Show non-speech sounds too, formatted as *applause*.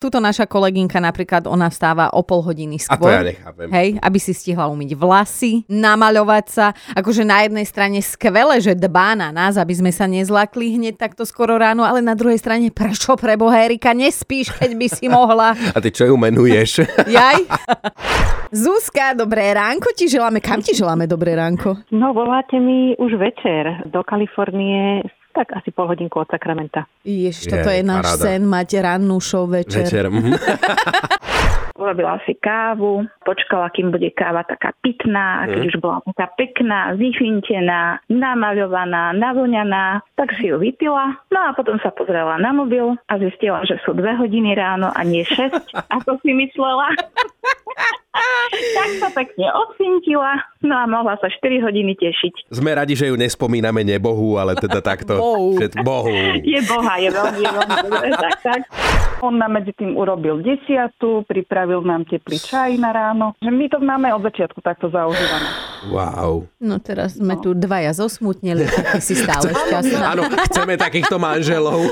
Tuto naša kolegynka napríklad, ona vstáva o pol hodiny A to skôr. ja nechápem. Hej, aby si stihla umyť vlasy, namaľovať sa. Akože na jednej strane skvele, že dbá na nás, aby sme sa nezlakli hneď takto skoro ráno, ale na druhej strane prečo pre boha Erika nespíš, keď by si mohla? A ty čo ju *laughs* menuješ? Jaj? Zuzka, dobré ránko ti želáme. Kam ti želáme dobré ránko? No, voláte mi už večer do Kalifornie, tak asi pol hodinku od Sakramenta. Ježiš, Je, toto je náš paráda. sen, mať rannú show večer. Večer. mhm. Urobila si kávu, počkala, kým bude káva taká pitná, a keď už bola taká pekná, zifintená, namaľovaná, navoňaná, tak si ju vypila. No a potom sa pozrela na mobil a zistila, že sú dve hodiny ráno a nie 6, ako si myslela. tak sa pekne obsintila, no a mohla sa 4 hodiny tešiť. Sme radi, že ju nespomíname nebohu, ale teda takto. Bohu. Všet- bohu. Je boha, je veľmi, je veľmi dobré, tak, tak. On nám medzi tým urobil desiatu, pripravil nám teplý čaj na ráno. Že my to máme od začiatku takto zaužívané. Wow. No teraz sme tu dvaja zosmutneli, a ty si stále šťastná. Áno, chceme takýchto manželov.